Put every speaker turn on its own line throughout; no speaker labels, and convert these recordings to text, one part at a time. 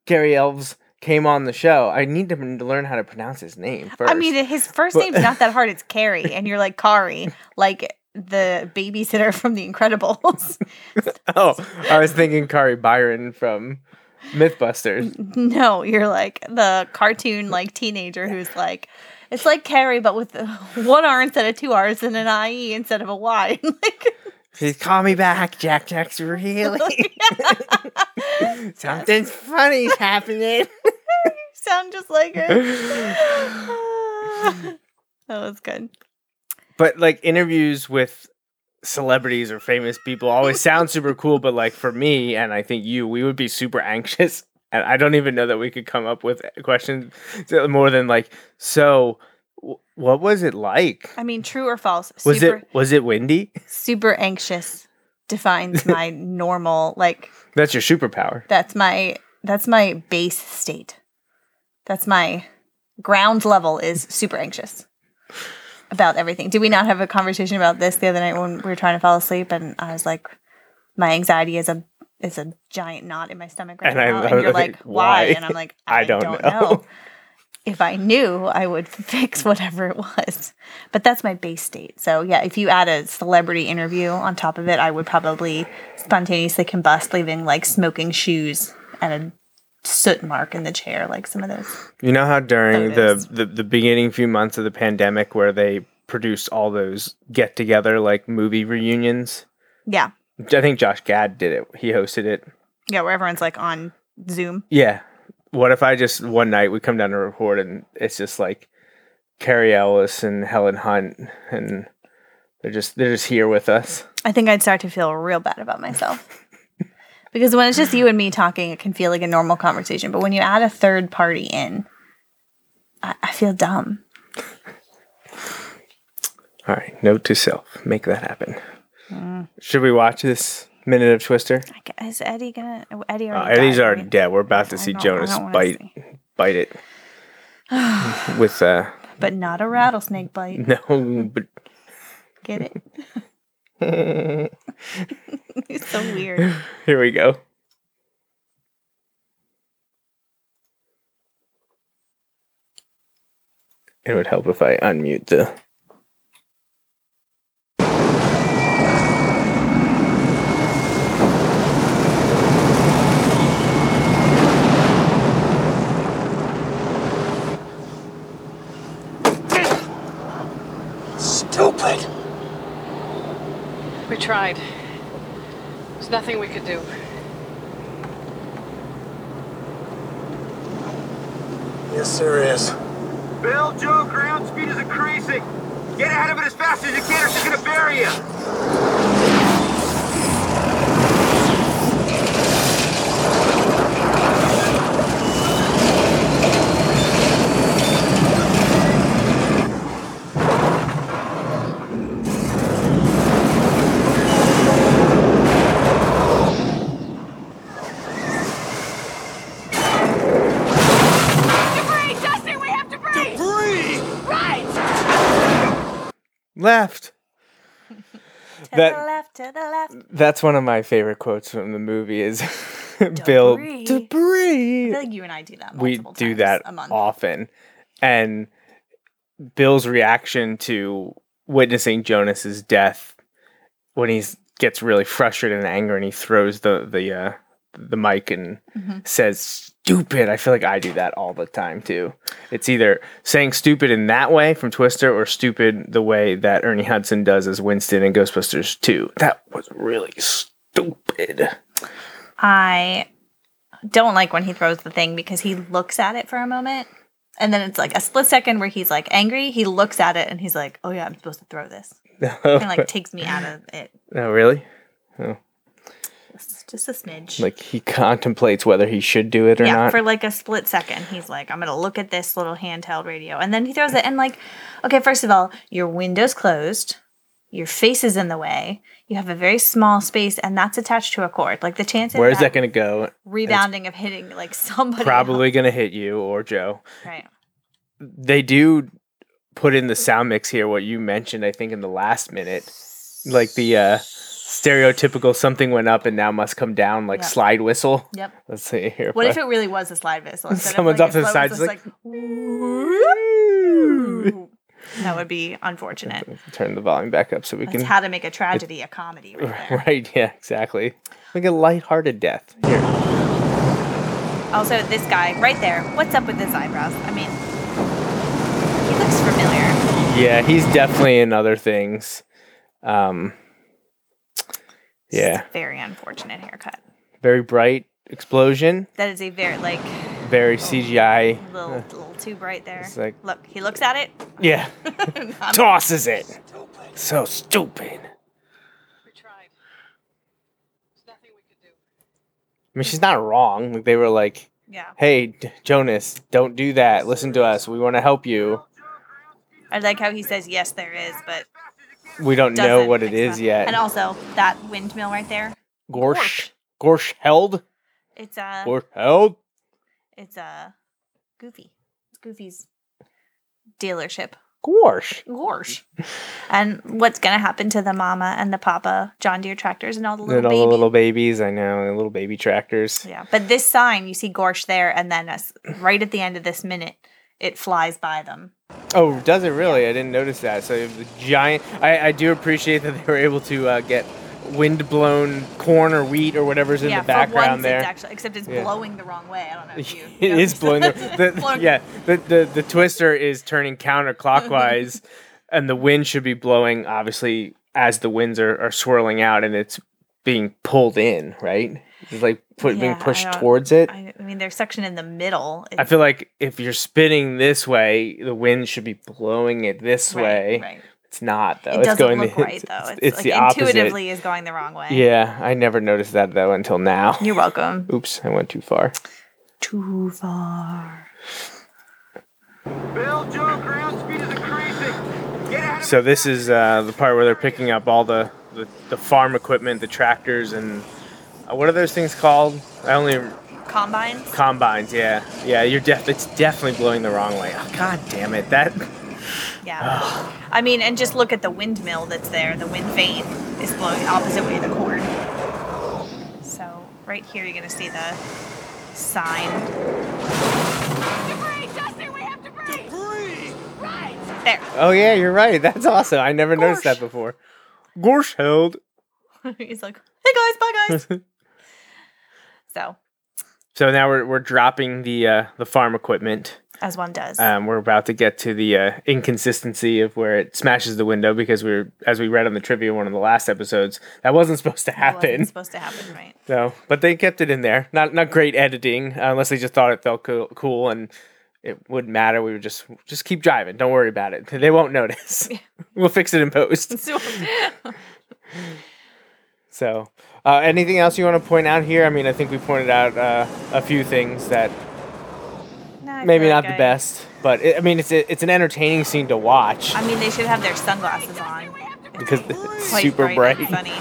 Gary Elves." Came on the show. I need to m- learn how to pronounce his name first.
I mean, his first
But-
name's not that hard. It's Carrie, and you're like Kari, like the babysitter from The Incredibles.
oh, I was thinking Kari Byron from MythBusters.
Mm. no, you're like the cartoon like teenager who's like. It's like Carrie, but with one R instead of two R's and an IE instead of a Y. like,
Please call me back. Jack Jack's really. Something's funny's happening.
sound just like her. that was good.
But like interviews with celebrities or famous people always sound super cool. But like for me, and I think you, we would be super anxious. And I don't even know that we could come up with questions that- more than like, so w- what was it like?
I mean, true or false?
Was
super,
it was it windy?
super anxious defines my normal like
That's your superpower.
that's my that's my base state. That's my ground level is super anxious about everything. Did we not have a conversation about this the other night when we were trying to fall asleep and I was like my anxiety is a is a giant knot in my stomach right
And I
now
love-
and you're
I think,
like why?
why?
and I'm like I, don't, know. if I knew, I would fix whatever it was. But that's my base state. So yeah, if you add a celebrity interview on top of it, I would probably spontaneously combust, leaving like smoking shoes and a soot mark in the chair, like some of those.
You know how during
There it
the,
is.
the the beginning few months of the pandemic, where they produced all those get together like movie reunions.
Yeah,
I think Josh Gad did it. He hosted it.
yeah, where everyone's like on Zoom.
Yeah. What if I just one night we come down to record and it's just like Carrie Ellis and Helen Hunt and they're just they're just here with us.
I think I'd start to feel real bad about myself. because when it's just you and me talking, it can feel like a normal conversation. But when you add a third party in, I, I feel dumb.
All right, note to self, make that happen. Mm. Should we watch this minute of Twister?
I gu- Is Eddie gonna? oh, Eddie
Uh,
already.
Eddie's
died,
already
right?
dead. We're about to
I
see
don't- I
Jonas
don't wanna
bite bite it with uh
But not a rattlesnake bite.
no, but
Get it? it's so weird.
here we go. It would help if I unmute the
Stupid.
We tried. There's nothing we could do.
Yes, there is.
Bill, Joe, ground speed is increasing. Get ahead of it as fast as you can, or she's gonna bury you.
Debris! Dustin, we have debris!
Free!
Right!
left.
To
That-
the left, to the left.
That's one of my favorite quotes from the movie is Bill
Debris. I
debris.
feel like you and I do that.
We
multiple
do
times
that
a month.
often. And Bill's reaction to witnessing Jonas's death when he gets really frustrated and angry and he throws the the uh, the mic and
Mm-hmm.
says stupid. I feel like I do that all the time too. It's either saying stupid in that way from Twister or stupid the way that Ernie Hudson does as Winston in Ghostbusters 2. That was really stupid.
I don't like when he throws the thing because he looks at it for a moment. And then it's like a split second where he's like angry. He looks at it and he's like, "Oh yeah, I'm supposed to throw this," and like takes me out of it
No, really?
It's just a smidge.
Like he contemplates whether he should do it or
yeah,
not.
for like a split second, he's like, "I'm gonna look at this little handheld radio," and then he throws it. And like, okay, first of all, your window's closed, your face is in the way, you have a very small space, and that's attached to a cord. Like the chance of
Where is that going to go?
rebounding of hitting like somebody
Probably going to hit you or Joe.
else, right?
They do put in the sound mix here what you mentioned I think in the last minute. Like the uh stereotypical something went up and now must come down like
Yeah.
slide whistle.
Yep.
Let's see here.
What if
bud.
it really was a slide whistle? instead of,
Someone's
like,
off
a
to the side,
slide whistle,
just
it's like, that would be unfortunate.
turn the volume back up so we
That's
can
how to make a tragedy a comedy. Right there.
Right, yeah, exactly. Like a lighthearted death. Here.
Also, this guy right there. What's up with his eyebrows? I mean, he looks familiar.
Yeah, he's definitely in other things. Um
It's
Yeah.
just a very unfortunate haircut.
Very bright explosion.
That is a very like
very CGI.
little little too bright there.
It's like-
Look, he looks at it. Um,
Yeah. Tosses it. So stupid.
We tried. There's nothing we could do.
I mean, she's not wrong. Like, They were like,
Yeah,
hey, D- Jonas, don't do that. Listen to us. We want to help you.
I like how he says yes, there is, but
We don't
doesn't
know what it is
explain- And
yet.
also that windmill right there.
Gorsh. Gorsh held.
It's a
Gorsh held.
it's a Goofy. It's Goofy's dealership.
Gorsh.
Gorsh. and what's gonna happen to the mama and the papa John Deere tractors and all the
Little
little babies?
little babies. I know. the Little baby tractors.
Yeah, but this sign you see Gorsh there, and then us right at the end of this minute, it flies by them.
Oh, does it really? I didn't notice that. So the giant. I, I do appreciate that they were able to uh, get wind-blown corn or wheat or whatever's in
yeah,
the background
for once
there.
It's actually, except it's
Yeah.
blowing the wrong way. I don't know if you.
it is
noticed.
blowing. The, the-
Blowing-
yeah, the, the the twister is turning counterclockwise, and the wind should be blowing obviously as the winds are, are swirling out, and it's being pulled in. Right, it's like put,
Yeah,
being
I
pushed
don't-
towards it. I,
I, I mean, their section in the middle. It's,
feel like if you're spinning this way, the wind should be blowing it this
right,
way.
right.
It's not though.
It
it's
doesn't
going
look
the,
right though. It's, like
the opposite.
intuitively is going the wrong way.
Yeah, I never noticed that though until now.
You're welcome.
Oops, I went too far.
Too far.
Bill, Joe, ground speed is increasing. Get out of
So this is uh, the part where they're picking up all the, the, the farm equipment, the tractors, and uh, what are those things called? I only
Combines.
combines. Yeah, yeah. You're def. It's definitely blowing the wrong way. Oh, God damn it! That
Yeah. I mean, and just look at the windmill that's there. The wind vane is blowing the opposite way of the corn. So right here, you're gonna see the sign
Debris! Dustin, we have debris!
Free!
Right!
there.
Oh yeah, you're right. That's awesome. I never noticed
Gorsh.
that before. Gorsh held.
He's like, "Hey guys, bye guys." so
So now we're, we're dropping the uh, the farm equipment.
as one does.
Um, we're about to get to the uh, inconsistency of where it smashes the window because we are as we read on the trivia in one of the last episodes that wasn't supposed to
It wasn't
happen.
supposed to happen, right?
So, but they kept it in there. Not not great editing, uh, unless they just thought it felt cool, cool and it wouldn't matter. We would just just keep driving. Don't worry about it. They won't notice. we'll fix it in post.
So
So, uh, anything else you want to point out here? I mean, I think we pointed out uh, a few things that
No, I feel
maybe not
like
the
I-
best, but it, I mean, it's a, it's an entertaining scene to watch
I mean, they should have their sunglasses on.
because it's
Quite
super
bright
bright.
and funny.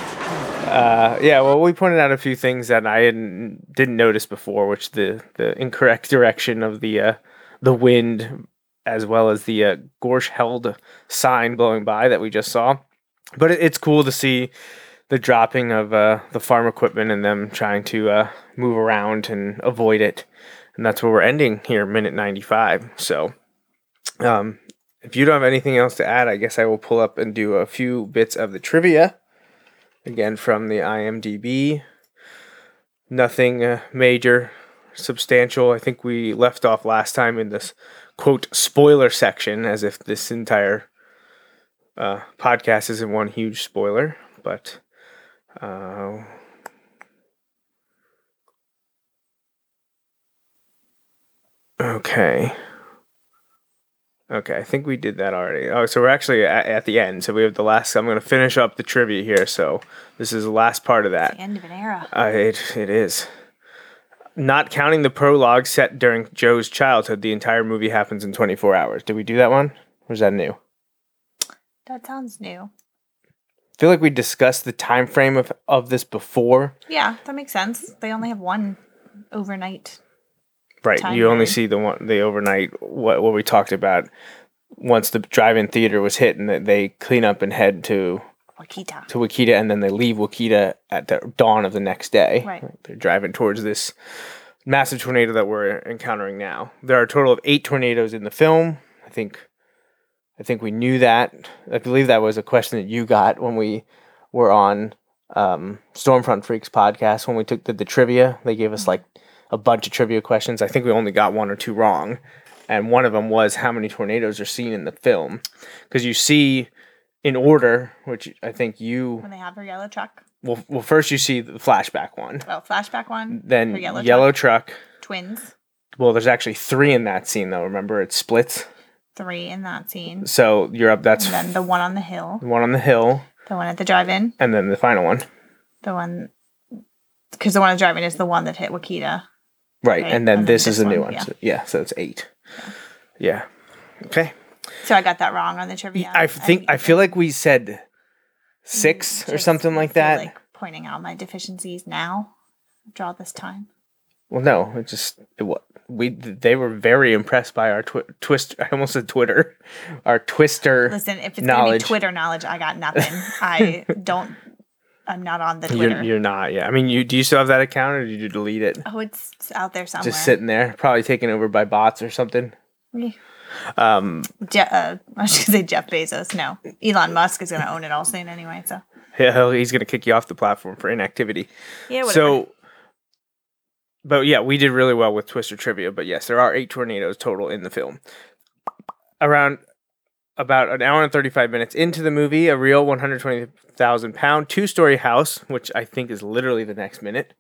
Uh, yeah, well, we pointed out a few things that I hadn't, didn't notice before, which the the incorrect direction of the uh, the wind, as well as the uh, Gorsh held sign blowing by that we just saw. But it, it's cool to see the dropping of uh, the farm equipment and them trying to uh, move around and avoid it, and that's where we're ending here, minute ninety five. So, um, if you don't have anything else to add, I guess I will pull up and do a few bits of the trivia again from the IMDb. Nothing uh, major, substantial. I think we left off last time in this quote spoiler section, as if this entire uh, podcast isn't one huge spoiler. But uh, okay. Okay, I think we did that already. Oh, so we're actually at, at the end. So we have the last. I'm going to finish up the trivia here. So this is the last part of that.
End of an era.
Uh, it, it is. Not counting the prologue set during Joe's childhood, the entire movie happens in 24 hours. Did we do that one? Or is that new? I
That sounds new.
feel like we discussed the time frame of, of this before.
Yeah, that makes sense. They only have one overnight.
Right.
Time
you only
period.
see the one the overnight what what we talked about once the drive-in theater was hit and that they clean up and head to
Wakita.
to Wakita and then they leave Wakita at the dawn of the next day.
Right.
They're driving towards this massive tornado that we're encountering now. There are a total of eight tornadoes in the film. I think I think we knew that. I believe that was a question that you got when we were on um, Stormfront Freaks podcast when we took the, the trivia. They gave us like a bunch of trivia questions. I think we only got one or two wrong. And one of them was how many tornadoes are seen in the film. Because you see in order, which I think you
When they have her yellow truck.
well, well first you see the flashback one
Well, flashback one.
then
her
yellow,
yellow,
truck.
truck. Twins.
well there's actually three in that scene though remember it splits
Three in that scene.
so you're up that's
And then the one on the hill.
one on the hill
The one at the drive-in.
and then the final one
The one. Because the one at the drive-in is the one that hit Wakita.
right,
Right,
and then
and then
this, is
this
a new one
one, yeah.
So, yeah so it's eight yeah, okay
So I got that wrong on the trivia.
i think
I
i feel like we said six or
just
something like
feel
that
Like pointing out my deficiencies now. Draw this time.
well no it just it, wa- we they were very impressed by our twi- twist i almost said twitter our twister
Listen, if it's gonna
Knowledge.
be Twitter knowledge, I got nothing. I don't. I'm not on the Twitter.
You're, you're not yeah i mean you do you still have that account or did you delete it
oh, it's it's out there somewhere.
just sitting there, probably taken over by bots or something. Um,
Je- uh, I should say Jeff Bezos. No, Elon Musk is going to own it all soon anyway. So
Hell, he's going to kick you off the platform for inactivity.
yeah,
So, but yeah, we did really well with Twister trivia. But yes, there are eight tornadoes total in the film. Around about an hour and 35 minutes into the movie, a real 120,000 pound two story house, which I think is literally the next minute,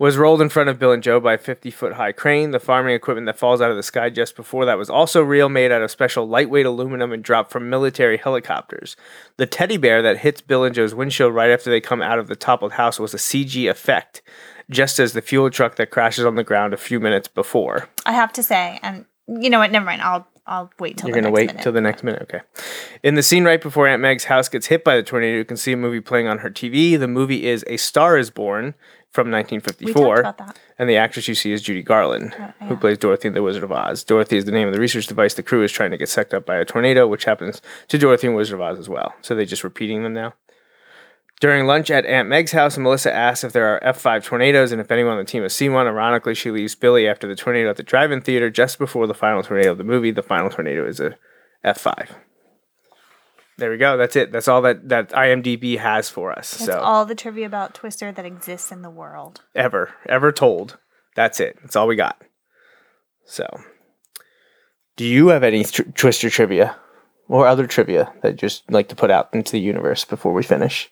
was rolled in front of Bill and Joe by a 50 foot high crane. The farming equipment that falls out of the sky just before that was also real, made out of special lightweight aluminum and dropped from military helicopters. The teddy bear that hits Bill and Joe's windshield right after they come out of the toppled house was a CG effect, just as the fuel truck that crashes on the ground a few minutes before.
I have to say, and you know what? Never mind. I'll I'll wait till
You're
the
gonna
next
wait
minute.
till the next minute, okay? In the scene right before Aunt Meg's house gets hit by the tornado, you can see a movie playing on her TV. The movie is A Star Is Born from 1954,
about that.
and the actress you see is Judy Garland, who plays Dorothy in The Wizard of Oz. Dorothy is the name of the research device the crew is trying to get sucked up by a tornado, which happens to Dorothy in Wizard of Oz as well. So they just repeating them now. During lunch at Aunt Meg's house, Melissa asks if there are F5 tornadoes and if anyone on the team has seen one. Ironically, she leaves Billy after the tornado at the drive in theater just before the final tornado of the movie. The final tornado is a F5. There we go. That's it. That's all that, that IMDb has for us.
That's
so,
all the trivia about Twister that exists in the world.
ever, ever told. That's it. That's all we got. So, do you have any tr- Twister trivia or other trivia that you just like to put out into the universe before we finish?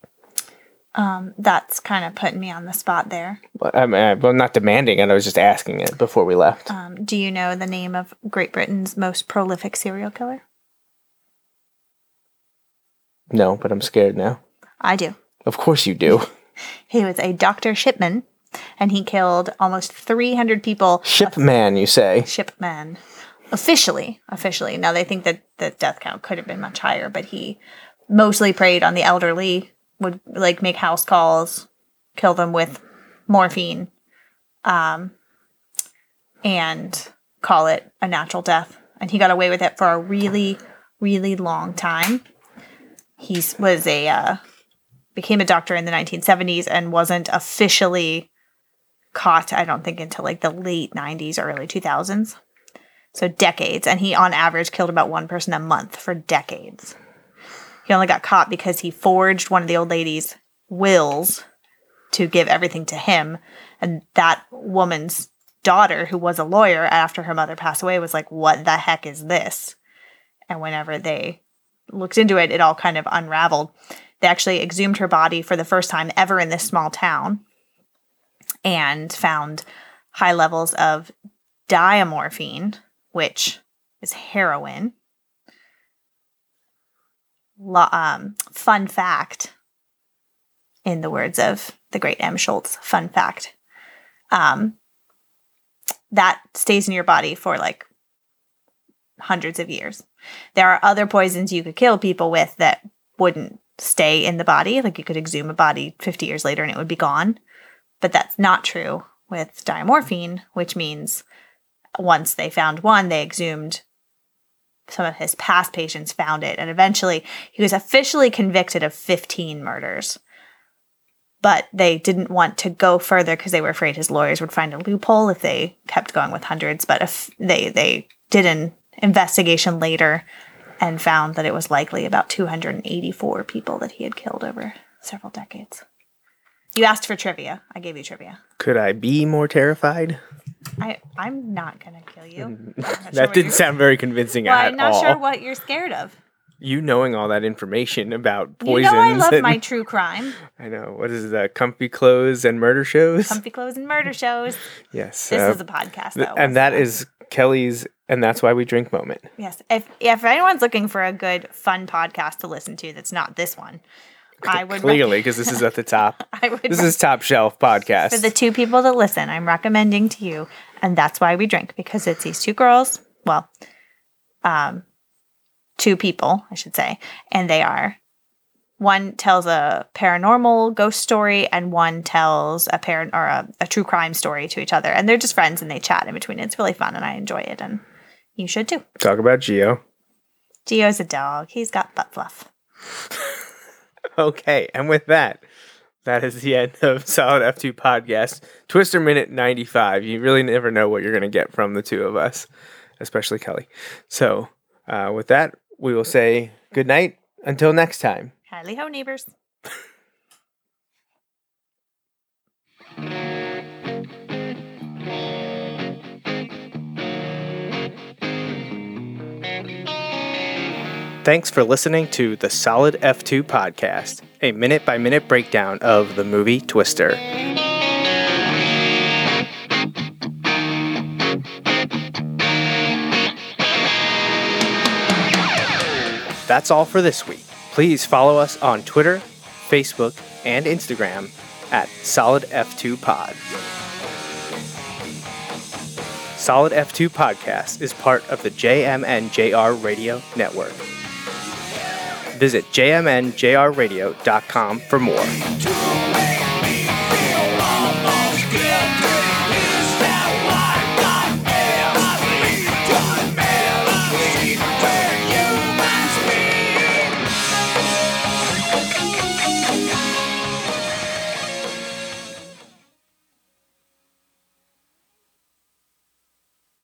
Um, that's kind of putting me on the spot there.
I'm, I'm not demanding it. I was just asking it before we left.
Um, do you know the name of Great Britain's most prolific serial killer?
no, but I'm scared now.
I do.
Of course you do.
He was a Dr. Shipman, and he killed almost 300 people.
Shipman, you say.
Shipman, officially, officially. Now they think that the death count could have been much higher, but he mostly preyed on the elderly. Would like make house calls, kill them with morphine, um, and call it a natural death. And he got away with it for a really, really long time. He s- was a uh, became a doctor in the 1970s and wasn't officially caught, I don't think, until like the late 90s, early 2000s. So decades. And he, on average, killed about one person a month for decades. He only got caught because he forged one of the old lady's wills to give everything to him. And that woman's daughter, who was a lawyer after her mother passed away, was like, What the heck is this? And whenever they looked into it, it all kind of unraveled. They actually exhumed her body for the first time ever in this small town and found high levels of diamorphine, which is heroin. Lo- um, fun fact, in the words of the great M. Schultz, fun fact, um, that stays in your body for like hundreds of years. There are other poisons you could kill people with that wouldn't stay in the body. Like you could exhume a body 50 years later and it would be gone but that's not true with diamorphine, which means once they found one, they exhumed some of his past patients found it, and eventually he was officially convicted of 15 murders. But they didn't want to go further because they were afraid his lawyers would find a loophole if they kept going with hundreds. But if they they did an investigation later and found that it was likely about 284 people that he had killed over several decades. You asked for trivia. I gave you trivia.
Could I be more terrified?
I, I'm not gonna kill you. I'm not sure
Mm. That
what
didn't
you're-
sound very convincing
Well,
at
I'm not
all.
sure what you're scared of.
you knowing all that information about
You
poisons.
know I love
and-
my true crime,
I know. What is that? Comfy clothes and murder shows?
comfy clothes and murder shows.
yes.
This
uh,
is a podcast,
th-
though.
and that is Kelly's, and that's why we drink moment.
yes. If if anyone's looking for a good fun podcast to listen to, that's not this one. I would re-
Clearly, because this is at the top.
I would
This
re-
is top shelf podcast.
for the two people that listen. I'm recommending to you, and that's why we drink because it's these two girls. Well, um, two people, I should say, and they are one tells a paranormal ghost story and one tells a parent or a, a true crime story to each other and they're just friends and they chat in between it's really fun and i enjoy it and you should too
Talk about Geo.
geo's a dog he's got butt fluff
Okay, and with that, that is the end of Solid F2 Podcast. Twister Minute 95. You really never know what you're going to get from the two of us. especially Kelly. So, uh, with that, we will say good night until next time.
Hally ho, neighbors.
Thanks for listening to the Solid F2 podcast, a minute by minute breakdown of the movie Twister. That's all for this week. Please follow us on Twitter, Facebook, and Instagram at Solid F2 Pod. Solid F2 Podcast is part of the JMNJR Radio Network. Visit jmnjrradio.com for more.